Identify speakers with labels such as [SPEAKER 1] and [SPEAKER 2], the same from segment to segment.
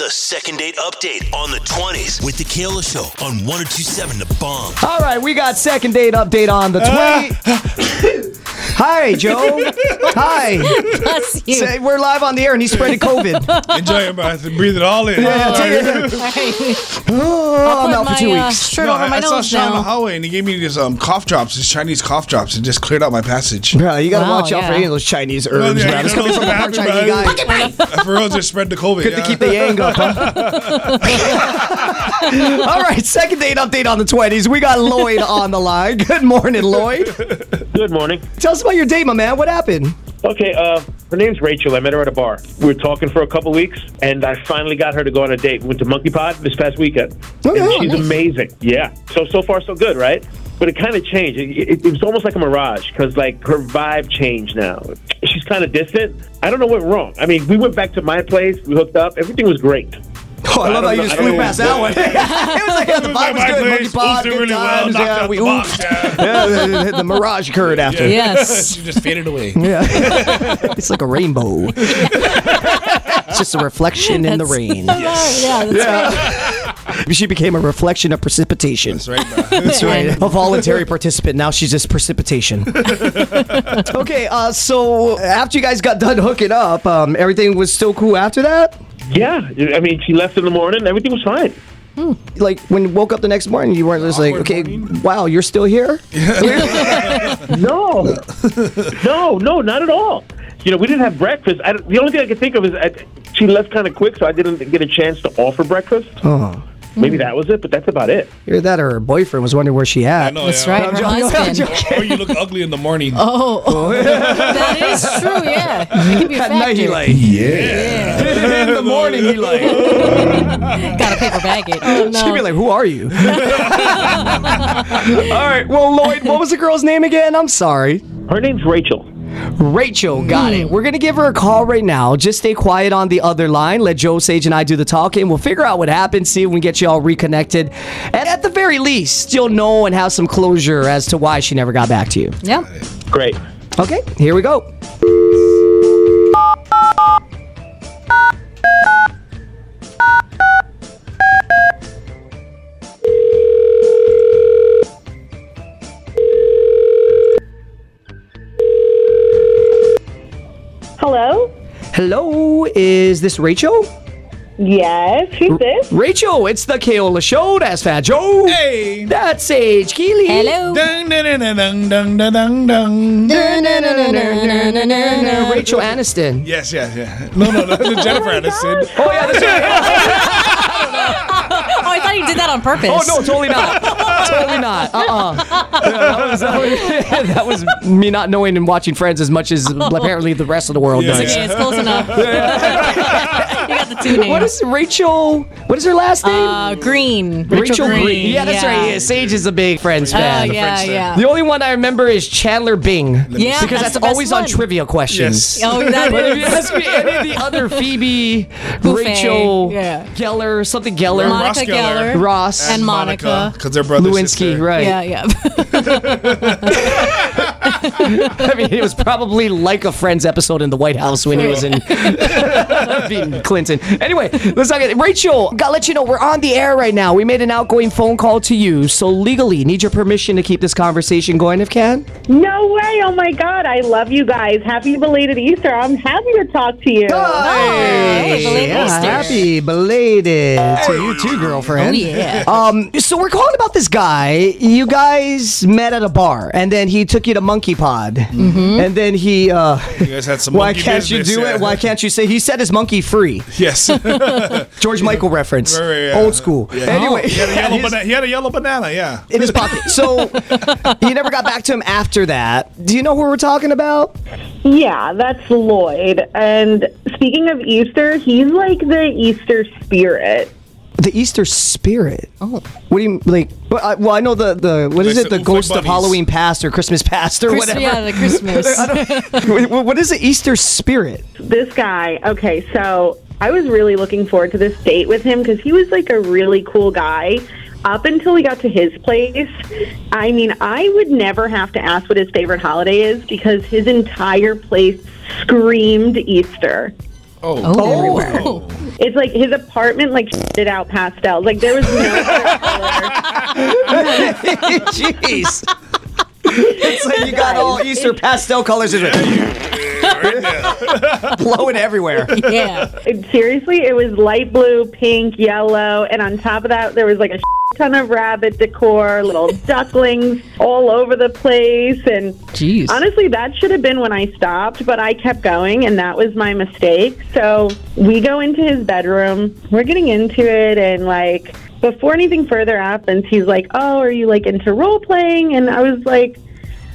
[SPEAKER 1] a second date update on the 20s with the Kayla Show on 1027 The Bomb.
[SPEAKER 2] All right, we got second date update on the 20. Hi, Joe. Hi.
[SPEAKER 3] Bless you.
[SPEAKER 2] Say, we're live on the air and he spreading COVID.
[SPEAKER 4] Enjoy it, but I have to breathe it all in.
[SPEAKER 2] Yeah, take it. Oh, I'm
[SPEAKER 3] Put
[SPEAKER 2] out for
[SPEAKER 3] my,
[SPEAKER 2] two
[SPEAKER 3] uh,
[SPEAKER 2] weeks.
[SPEAKER 3] shirt
[SPEAKER 4] No,
[SPEAKER 3] over
[SPEAKER 4] I,
[SPEAKER 3] my
[SPEAKER 4] I saw
[SPEAKER 3] nose
[SPEAKER 4] Sean in the
[SPEAKER 3] now.
[SPEAKER 4] hallway and he gave me these um, cough drops, these Chinese cough drops, and just cleared out my passage.
[SPEAKER 2] Bro, you gotta
[SPEAKER 3] Wow,
[SPEAKER 2] watch out for
[SPEAKER 3] yeah.
[SPEAKER 2] any of those Chinese herbs,
[SPEAKER 4] yeah,
[SPEAKER 2] man.
[SPEAKER 4] you
[SPEAKER 2] It's
[SPEAKER 4] know
[SPEAKER 2] coming from a
[SPEAKER 4] what's
[SPEAKER 2] poor Chinese
[SPEAKER 4] happening,
[SPEAKER 2] guy.
[SPEAKER 4] buddy? I for real just spread the COVID.
[SPEAKER 2] Good
[SPEAKER 4] yeah.
[SPEAKER 2] to keep the yang up. Huh? All right, second date update on the 20s. We got Lloyd on the line. Good morning, Lloyd.
[SPEAKER 5] Good morning.
[SPEAKER 2] Tell us about your date, my man. What happened?
[SPEAKER 5] Okay, uh, her name's Rachel. I met her at a bar. We were talking for a couple weeks, and I finally got her to go on a date. We went to Monkey Pod this past weekend.
[SPEAKER 2] Oh,
[SPEAKER 5] and
[SPEAKER 2] yeah,
[SPEAKER 5] she's
[SPEAKER 2] nice.
[SPEAKER 5] amazing. Yeah. So so far so good, right? But it kind of changed. It, it, it was almost like a mirage because like her vibe changed now. She's kind of distant. I don't know what went wrong. I mean, we went back to my place. We hooked up. Everything was great.
[SPEAKER 2] Oh, I love
[SPEAKER 5] I
[SPEAKER 2] how you
[SPEAKER 5] don't know-
[SPEAKER 2] just flew past
[SPEAKER 5] I don't know
[SPEAKER 2] that one. it was like, yeah, the vibe was
[SPEAKER 4] My
[SPEAKER 2] good. Monkey
[SPEAKER 4] place
[SPEAKER 2] pod,
[SPEAKER 4] oofed it
[SPEAKER 2] good
[SPEAKER 4] really well,
[SPEAKER 2] times.
[SPEAKER 4] knocked
[SPEAKER 2] yeah,
[SPEAKER 4] out
[SPEAKER 2] we
[SPEAKER 4] the box,
[SPEAKER 2] oofed.
[SPEAKER 4] yeah.
[SPEAKER 2] Yeah, the, the- the mirage occurred after.
[SPEAKER 3] Yes.
[SPEAKER 4] She just faded away.
[SPEAKER 2] Yeah. it's like a rainbow. it's just a reflection in the
[SPEAKER 3] That's-
[SPEAKER 2] rain.
[SPEAKER 3] Yeah, that's right.
[SPEAKER 2] She became a reflection of precipitation.
[SPEAKER 4] That's right, bro.
[SPEAKER 2] That's right. A voluntary participant. Now she's just precipitation. okay, uh, so after you guys got done hooking up, um, everything was still cool after that?
[SPEAKER 5] Yeah. I mean, she left in the morning. Everything was fine.
[SPEAKER 2] Like when you woke up the next morning, you weren't just like,
[SPEAKER 4] Awkward
[SPEAKER 2] okay,
[SPEAKER 4] morning.
[SPEAKER 2] wow, you're still here?
[SPEAKER 5] No, no, no, not at all. You know, we didn't have breakfast. I, the only thing I could think of is I, she left kind of quick, so I didn't get a chance to offer breakfast.
[SPEAKER 2] Oh.
[SPEAKER 5] Maybe that was it, but that's about it.
[SPEAKER 2] Either that or her boyfriend was wondering where she at.
[SPEAKER 4] I know,
[SPEAKER 3] That's
[SPEAKER 4] yeah.
[SPEAKER 3] right. Her husband.
[SPEAKER 4] Or you look ugly in the morning.
[SPEAKER 3] Oh, that is true. Yeah, it can be a
[SPEAKER 2] At night he
[SPEAKER 3] factor.
[SPEAKER 2] like, yeah. In the morning he like,
[SPEAKER 3] Got a paper baggage. Oh no.
[SPEAKER 2] she'd be like, who are you? All right, well, Lloyd, what was the girl's name again? I'm sorry.
[SPEAKER 5] Her name's Rachel.
[SPEAKER 2] Rachel, got it. We're going to give her a call right now. Just stay quiet on the other line. Let Joe, Sage, and I do the talking. We'll figure out what happened, see if we can get you all reconnected. And at the very least, you'll know and have some closure as to why she never got back to you.
[SPEAKER 3] Yep.
[SPEAKER 5] Great.
[SPEAKER 2] Okay, here we go.
[SPEAKER 6] Hello?
[SPEAKER 2] Hello, is this Rachel?
[SPEAKER 6] Yes, who's this?
[SPEAKER 2] Rachel, it's the Kaola Show. That's Fat Joe.
[SPEAKER 4] Hey.
[SPEAKER 2] That's Sage Keeley.
[SPEAKER 3] Hello.
[SPEAKER 4] Dun, dun, dun, dun, dun, dun, dun, dun.
[SPEAKER 2] Rachel Aniston.
[SPEAKER 4] Yes, yes, yeah. No, no, no. That's Jennifer Aniston.
[SPEAKER 2] Oh, yeah, that's right.
[SPEAKER 3] Oh, I thought you did that on purpose.
[SPEAKER 2] Oh, no, totally not. totally not. Uh-uh. Yeah, that, was, uh, that was- that was me not knowing and watching Friends as much as
[SPEAKER 3] Oh.
[SPEAKER 2] apparently the rest of the world
[SPEAKER 4] Yeah.
[SPEAKER 2] does.
[SPEAKER 3] Okay, it's close enough. you got the two names.
[SPEAKER 2] What is Rachel? What is her last name?
[SPEAKER 3] uh, Green?
[SPEAKER 2] Yeah, that's right. Yeah, Sage is a big Friends
[SPEAKER 3] Oh,
[SPEAKER 2] fan.
[SPEAKER 3] yeah,
[SPEAKER 4] French
[SPEAKER 3] yeah.
[SPEAKER 2] The only one I remember is Chandler Bing. because
[SPEAKER 3] Yeah, that's
[SPEAKER 2] that's,
[SPEAKER 3] the best
[SPEAKER 2] always on
[SPEAKER 3] one.
[SPEAKER 2] trivia questions.
[SPEAKER 4] Yes.
[SPEAKER 3] Oh, that
[SPEAKER 2] But if you
[SPEAKER 3] is.
[SPEAKER 2] ask me any of the other Phoebe,
[SPEAKER 3] Buffet,
[SPEAKER 2] Rachel,
[SPEAKER 3] yeah.
[SPEAKER 2] Geller, something Geller,
[SPEAKER 3] Monica
[SPEAKER 4] Ross
[SPEAKER 3] Geller.
[SPEAKER 4] Geller.
[SPEAKER 2] Ross,
[SPEAKER 3] And Monica.
[SPEAKER 4] Because they're brother
[SPEAKER 2] Lewinsky,
[SPEAKER 4] sister.
[SPEAKER 2] right?
[SPEAKER 3] Yeah, yeah.
[SPEAKER 2] I mean, it was probably like a Friends episode in the White House when he was in beating Clinton. Anyway, let's talk. Rachel, gotta let you know we're on the air right now. We made an outgoing phone call to you, so legally need your permission to keep this conversation going, if can.
[SPEAKER 6] No way. Oh my God. I love you guys. Happy belated Easter. I'm happy to talk to you.
[SPEAKER 3] Oh, hey, belated Easter.
[SPEAKER 2] happy belated to you too, girlfriend.
[SPEAKER 3] Oh, yeah.
[SPEAKER 2] Um, so we're calling about this guy. You guys met at a bar, and then he took you to Monkey Pod,
[SPEAKER 3] Mm-hmm.
[SPEAKER 2] and then he. Uh,
[SPEAKER 4] You guys had some
[SPEAKER 2] why
[SPEAKER 4] monkey
[SPEAKER 2] can't
[SPEAKER 4] business,
[SPEAKER 2] you do
[SPEAKER 4] yeah.
[SPEAKER 2] it? Why can't you say he set his monkey free?
[SPEAKER 4] Yes. he, had
[SPEAKER 2] George Michael reference,
[SPEAKER 4] Right, right, yeah.
[SPEAKER 2] uh, old school.
[SPEAKER 4] Yeah.
[SPEAKER 2] Anyway,
[SPEAKER 4] a yellow
[SPEAKER 2] his-
[SPEAKER 4] bana- he had a yellow banana, yeah.
[SPEAKER 2] in his pocket. So he never got back to him after that. Do you know who we're talking about?
[SPEAKER 6] Yeah, that's Lloyd. And speaking of Easter, he's like the Easter spirit.
[SPEAKER 2] The Easter Spirit. Oh, what do you like? Well, I, well, I know the the what is
[SPEAKER 4] Like
[SPEAKER 2] it?
[SPEAKER 4] the
[SPEAKER 2] The ghost
[SPEAKER 4] Oofly
[SPEAKER 2] of
[SPEAKER 4] bunnies.
[SPEAKER 2] Halloween past or Christmas past or
[SPEAKER 3] Christmas, yeah,
[SPEAKER 2] whatever.
[SPEAKER 3] the Christmas.
[SPEAKER 2] Wh- wh- what is the Easter Spirit?
[SPEAKER 6] This guy, okay, so I was really looking forward to this date with him because he was like a really cool guy. Up until we got to his place, I mean, I would never have to ask what his favorite holiday is because his entire place screamed Easter.
[SPEAKER 4] Oh.
[SPEAKER 3] Oh.
[SPEAKER 6] It's like his apartment like shitted out pastels. Like there was no
[SPEAKER 2] Jeez. It's like you got all Easter pastel colors in it. Blowing everywhere.
[SPEAKER 3] Yeah.
[SPEAKER 6] It- seriously, it was light blue, pink, yellow, and on top of that, there was like a shit ton of rabbit decor, little ducklings all over the place. And
[SPEAKER 3] Jeez.
[SPEAKER 6] honestly, that should have been when I stopped, but I kept going, and that was my mistake. So we go into his bedroom, we're getting into it, and like before anything further happens, he's like, "Oh, are you like into role playing?" And I was like.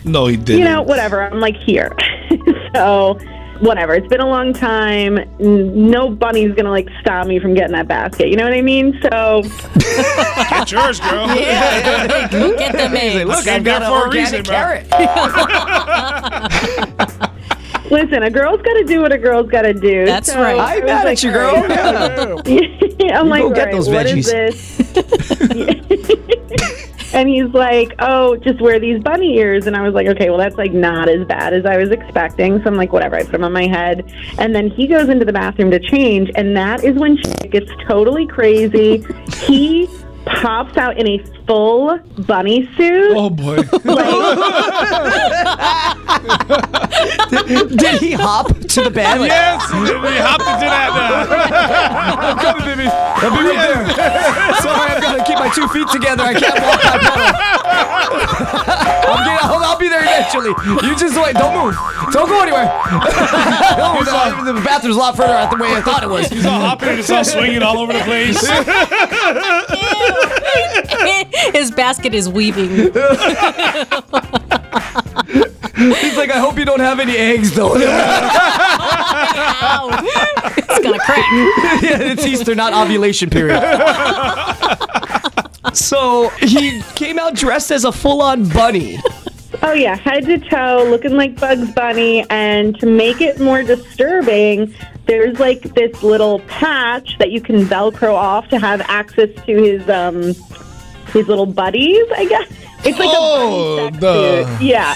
[SPEAKER 4] No, he didn't.
[SPEAKER 6] you know, whatever. I'm like here, so whatever. It's been a long time. N- No bunny's gonna like stop me from getting that basket. You know what I mean? So
[SPEAKER 4] Get yours, girl.
[SPEAKER 3] Yeah. Go get them eggs.
[SPEAKER 2] Look, I've
[SPEAKER 4] Saved
[SPEAKER 2] got an
[SPEAKER 4] that for a
[SPEAKER 2] organic
[SPEAKER 4] reason, bro.
[SPEAKER 2] carrot.
[SPEAKER 6] listen, a girl's gotta do what a girl's gotta do.
[SPEAKER 3] That's
[SPEAKER 6] So
[SPEAKER 3] right.
[SPEAKER 6] I
[SPEAKER 2] I'm
[SPEAKER 6] was
[SPEAKER 2] mad
[SPEAKER 6] like,
[SPEAKER 2] at you,
[SPEAKER 6] all
[SPEAKER 2] girl.
[SPEAKER 6] right. I'm like,
[SPEAKER 2] go get
[SPEAKER 6] all right,
[SPEAKER 2] those
[SPEAKER 6] what is
[SPEAKER 2] veggies.
[SPEAKER 6] this? and he's like, oh, just wear these bunny ears. And I was like, okay, well, that's like not as bad as I was expecting. So I'm like, whatever. I put them on my head. And then he goes into the bathroom to change. And that is when shit gets totally crazy. he pops out in a full bunny suit.
[SPEAKER 4] Oh boy.
[SPEAKER 2] Did he hop to the bed? Like,
[SPEAKER 4] yes, we hopped into that. now. I'm coming, baby. I'll be right there.
[SPEAKER 2] Sorry, I've got to keep my two feet together. I can't walk my pedal. I'm getting, I'll, I'll be there eventually. You just wait. Don't move. Don't go anywhere. Don't move. the, bathroom's a lot further out the way I thought it was.
[SPEAKER 7] He's all hopping and it's all swinging all over the place.
[SPEAKER 3] His basket is weaving.
[SPEAKER 2] He's like, I hope you don't have any eggs, though.
[SPEAKER 3] Ow. It's gonna crack.
[SPEAKER 2] yeah, it's Easter, not ovulation period. so he came out dressed as a full-on bunny.
[SPEAKER 6] Oh yeah, head to toe, looking like Bugs Bunny, and to make it more disturbing, there's like this little patch that you can Velcro off to have access to his um his little buddies. I guess it's like
[SPEAKER 4] Oh,
[SPEAKER 6] a bunny sex
[SPEAKER 4] duh.
[SPEAKER 6] suit. Yeah,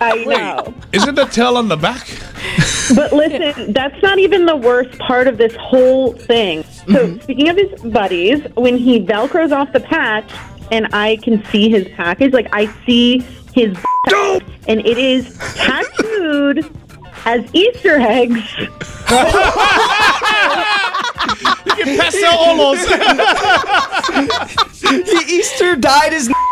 [SPEAKER 6] I know.
[SPEAKER 4] Isn't the tail on the back?
[SPEAKER 6] But listen, that's not even the worst part of this whole thing. So, speaking of his buddies, when he velcros off the patch and I can see his package, like I see his and it is tattooed as Easter eggs.
[SPEAKER 4] Pastel olos.
[SPEAKER 2] He Easter dyed his.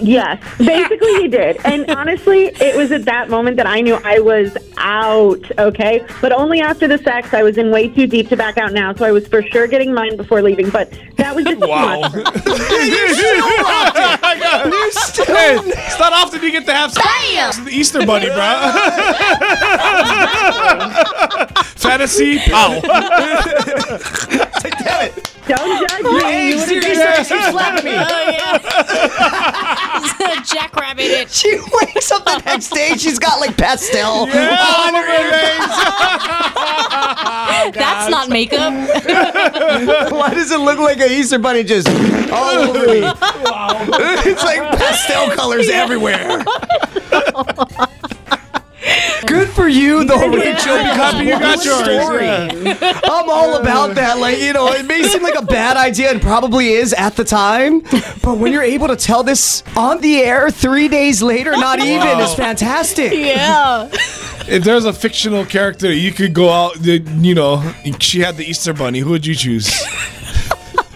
[SPEAKER 6] Yes, basically he did. And honestly, it was at that moment that I knew I was out, okay? But only after the sex, I was in way too deep to back out now, so I was for sure getting mine before leaving, but that was just too
[SPEAKER 4] Wow.
[SPEAKER 6] much.
[SPEAKER 4] hey, it's not often you get to have some It's the Easter Bunny, bro. Fantasy, pow.
[SPEAKER 2] Damn it!
[SPEAKER 6] Don't judge me.
[SPEAKER 2] Hey,
[SPEAKER 6] You would've
[SPEAKER 2] Easter,
[SPEAKER 6] been-
[SPEAKER 2] Easter, eggs, he slapped me.
[SPEAKER 3] Oh yeah. Jackrabbit it.
[SPEAKER 2] She wakes up the next day. She's got like pastel.
[SPEAKER 4] all over the place.
[SPEAKER 3] That's not makeup.
[SPEAKER 2] Why does it look like an Easter bunny just all over me? it's like pastel colors everywhere. Good for you, though. when it shows
[SPEAKER 4] Be happy you got
[SPEAKER 2] your
[SPEAKER 4] yours.
[SPEAKER 2] story. I'm all about that. Like, you know, it may seem like a bad idea and probably is at the time, but when you're able to tell this on the air three days later, not even, is fantastic.
[SPEAKER 3] Yeah.
[SPEAKER 4] If there's a fictional character that you could go out, that, you know, she had the Easter Bunny, who would you choose?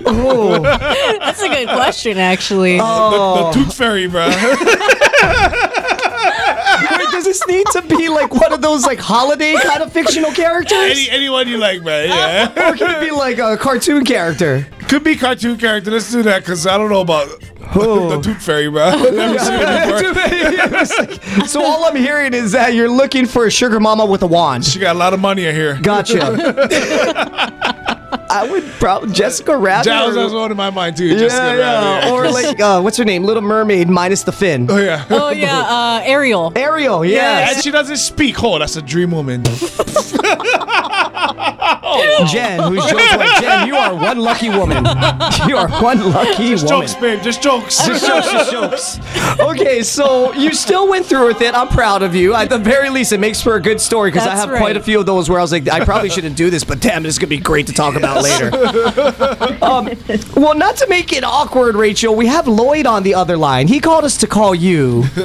[SPEAKER 3] That's a good question, actually.
[SPEAKER 2] Oh.
[SPEAKER 4] The Tooth Fairy, bro.
[SPEAKER 2] Wait, does this need to be like one of those like holiday kind of fictional characters?
[SPEAKER 4] Any, anyone you like, bro. Yeah.
[SPEAKER 2] Or could it be like a cartoon character?
[SPEAKER 4] Could be cartoon character. Let's do that because I don't know about the Tooth Fairy, bro. Never seen it before.
[SPEAKER 2] so all I'm hearing is that you're looking for a sugar mama with a wand.
[SPEAKER 4] She got a lot of money in here.
[SPEAKER 2] Gotcha. I would probably Jessica Rabbit.
[SPEAKER 4] That was, that
[SPEAKER 2] or-
[SPEAKER 4] was one in my mind too.
[SPEAKER 2] yeah,
[SPEAKER 4] Jessica Rabbit,
[SPEAKER 2] yeah. Or like uh, what's her name? Little Mermaid minus the fin.
[SPEAKER 4] oh yeah.
[SPEAKER 3] oh yeah, uh, Ariel.
[SPEAKER 2] Ariel.
[SPEAKER 4] And
[SPEAKER 2] Yes.
[SPEAKER 4] she doesn't speak. Oh, that's a dream woman.
[SPEAKER 2] Jen, who's Joe's wife. Jen, you are one lucky woman. You are one lucky
[SPEAKER 4] Just
[SPEAKER 2] woman.
[SPEAKER 4] jokes, babe. Just jokes.
[SPEAKER 2] Just jokes, just jokes. Okay, so you still went through with it. I'm proud of you. At the very least, it makes for a good story because I
[SPEAKER 3] That's
[SPEAKER 2] have quite
[SPEAKER 3] right.
[SPEAKER 2] a few of those where I was like, I probably shouldn't do this, but damn, this is gonna be great to talk about later. um, well, not to make it awkward, Rachel, we have Lloyd on the other line. He called us to call you. Hold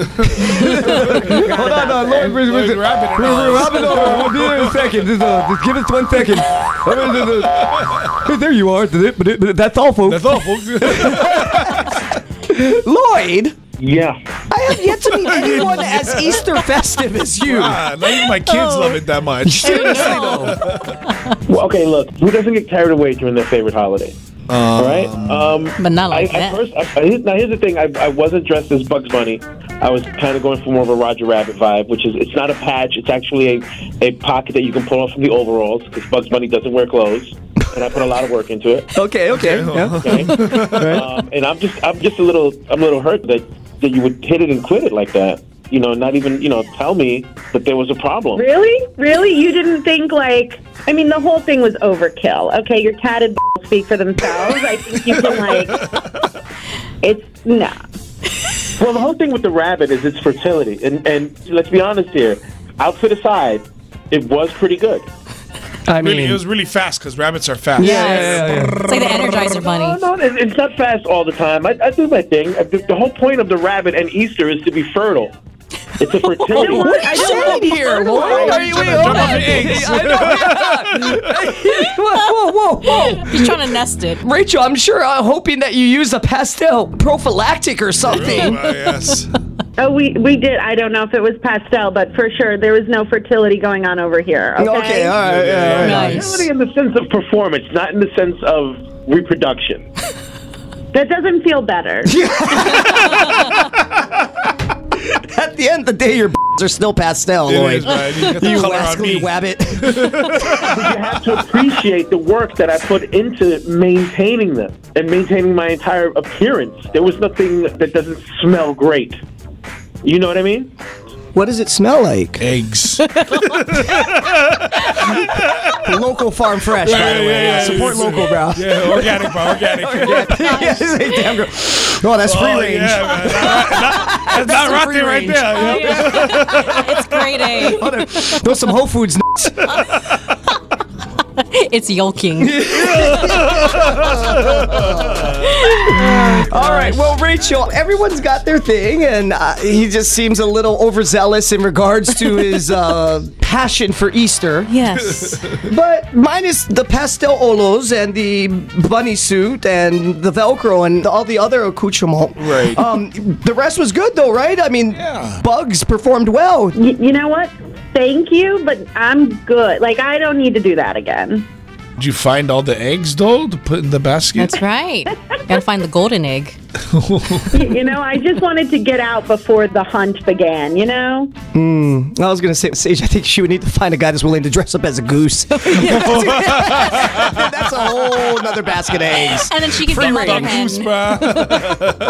[SPEAKER 2] on, uh, Lloyd, wait, wait, wait.
[SPEAKER 4] wrap it
[SPEAKER 2] We're wrapping up. We'll be there in a second. Just, uh, just give us one second. uh, Hey, there you are. That's all, folks.
[SPEAKER 4] That's all, folks.
[SPEAKER 2] Lloyd.
[SPEAKER 5] Yeah.
[SPEAKER 2] I have yet to meet anyone as Easter festive as you.
[SPEAKER 4] Ah, not even my kids love it that much.
[SPEAKER 2] Seriously though.
[SPEAKER 5] Well, okay, look, who doesn't get carried away during their favorite holiday? All right. Um,
[SPEAKER 3] But not
[SPEAKER 5] I,
[SPEAKER 3] like
[SPEAKER 5] I
[SPEAKER 3] that.
[SPEAKER 5] first, I, I, now here's the thing: I, I wasn't dressed as Bugs Bunny. I was kind of going for more of a Roger Rabbit vibe, which is it's not a patch; it's actually a, a pocket that you can pull off from the overalls because Bugs Bunny doesn't wear clothes, and I put a lot of work into it.
[SPEAKER 2] Okay, okay. yeah.
[SPEAKER 5] Okay? um, and I'm just I'm just a little I'm a little hurt that that you would hit it and quit it like that. You know, not even you know tell me that there was a problem.
[SPEAKER 6] Really? Really? You didn't think like I mean the whole thing was overkill. Okay, your tatted balls speak for themselves. I think you can like it's no.
[SPEAKER 5] Well, the whole thing with the rabbit is its fertility, and and let's be honest here. Outfit aside, it was pretty good.
[SPEAKER 2] I
[SPEAKER 4] Really,
[SPEAKER 2] mean,
[SPEAKER 4] it was really fast because rabbits are fast.
[SPEAKER 2] yeah, yeah, yeah, yeah.
[SPEAKER 3] It's like the Energizer
[SPEAKER 5] No,
[SPEAKER 3] Bunny.
[SPEAKER 5] no, it- it's not fast all the time. I, I do my thing. I- The, the whole point of the rabbit and Easter is to be fertile. It's a fertility.
[SPEAKER 2] What are you saying here, Lloyd? Are you wait, hold on. Hey, I know, yeah. whoa, whoa, whoa, whoa.
[SPEAKER 3] He's trying to nest it.
[SPEAKER 2] Rachel, I'm sure uh, hoping that you use a pastel prophylactic or
[SPEAKER 4] Oh,
[SPEAKER 2] something.
[SPEAKER 4] wow, yes.
[SPEAKER 6] Oh, we we did. I don't know if it was pastel, but for sure there was no fertility going on over here. Okay.
[SPEAKER 2] Okay, all right, yeah, all right.
[SPEAKER 3] Nice.
[SPEAKER 5] Fertility in the sense of performance, not in the sense of reproduction.
[SPEAKER 6] That doesn't feel better.
[SPEAKER 2] At the end of the day, your are still pastel,
[SPEAKER 4] It
[SPEAKER 2] Lloyd.
[SPEAKER 4] is, man. You got the
[SPEAKER 2] You
[SPEAKER 4] color on
[SPEAKER 2] rascally
[SPEAKER 4] me.
[SPEAKER 2] wabbit.
[SPEAKER 5] you have to appreciate the work that I put into maintaining them and maintaining my entire appearance. There was nothing that doesn't smell great. You know what I mean?
[SPEAKER 2] What does it smell like?
[SPEAKER 4] Eggs. Yeah,
[SPEAKER 2] Local farm fresh, by the way.
[SPEAKER 4] yeah,
[SPEAKER 2] Support
[SPEAKER 4] yeah.
[SPEAKER 2] local, bro.
[SPEAKER 4] Yeah, organic, bro. Organic.
[SPEAKER 2] yeah, it's like, damn girl. Oh, that's free
[SPEAKER 4] Oh,
[SPEAKER 2] range.
[SPEAKER 4] yeah, man. That- that- That's not
[SPEAKER 2] That's some free
[SPEAKER 4] rotten right
[SPEAKER 2] range.
[SPEAKER 4] there.
[SPEAKER 3] Oh,
[SPEAKER 4] yeah.
[SPEAKER 3] yeah. it's grade A.
[SPEAKER 2] Mother- Those some Whole Foods. nuts.
[SPEAKER 3] It's yolking.
[SPEAKER 2] All right, well, Rachel, everyone's got their thing, and uh, he just seems a little overzealous in regards to his uh, passion for Easter.
[SPEAKER 3] Yes.
[SPEAKER 2] But minus the pastel olos and the bunny suit and the Velcro and all the other accoutrement.
[SPEAKER 4] Right.
[SPEAKER 2] Um, the rest was good, though, right? I mean, Bugs performed well.
[SPEAKER 6] Y- you know what? Thank you, but I'm good. Like I don't need to do that again.
[SPEAKER 4] Did you find all the eggs though to put in the basket?
[SPEAKER 3] That's right. Gotta find the golden egg.
[SPEAKER 6] Y- you know, I just wanted to get out before the hunt began. You know.
[SPEAKER 2] I was going to say, Sage, I think she would need to find a guy that's willing to dress up as a goose. that's a whole nother basket of eggs.
[SPEAKER 3] And then she can
[SPEAKER 2] Free
[SPEAKER 3] get
[SPEAKER 2] range.
[SPEAKER 3] mother hen.
[SPEAKER 4] Goose, bruh.